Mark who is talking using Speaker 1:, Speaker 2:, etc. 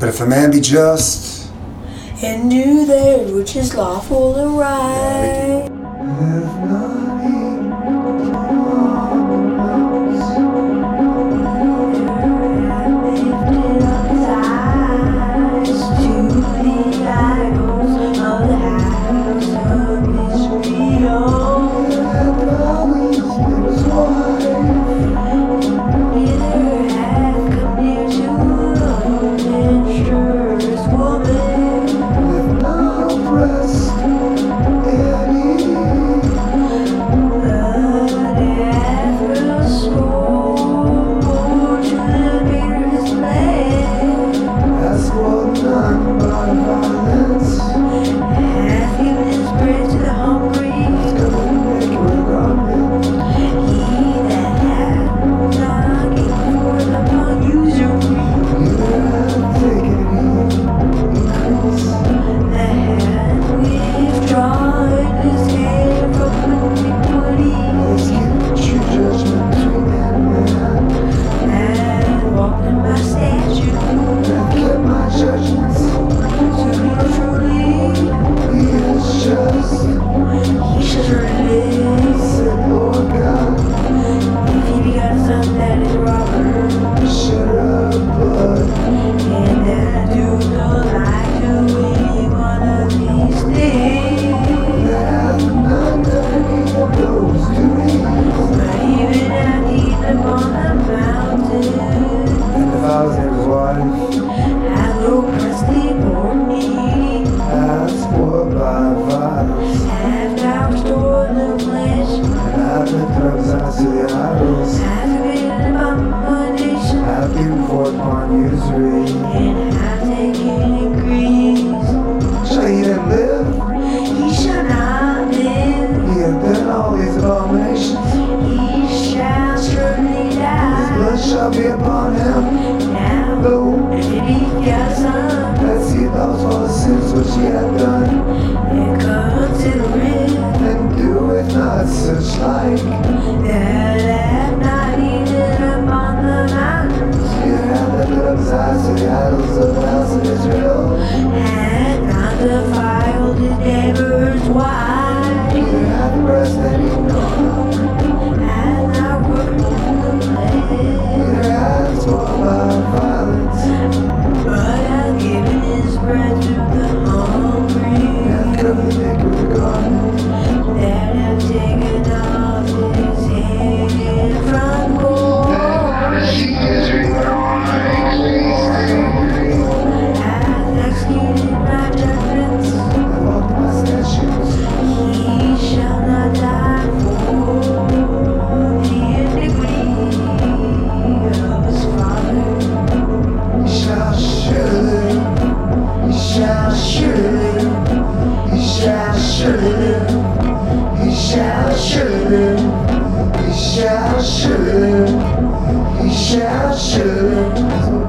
Speaker 1: But if a man be just,
Speaker 2: and do that which is lawful and right.
Speaker 3: He shall surely, he shall surely,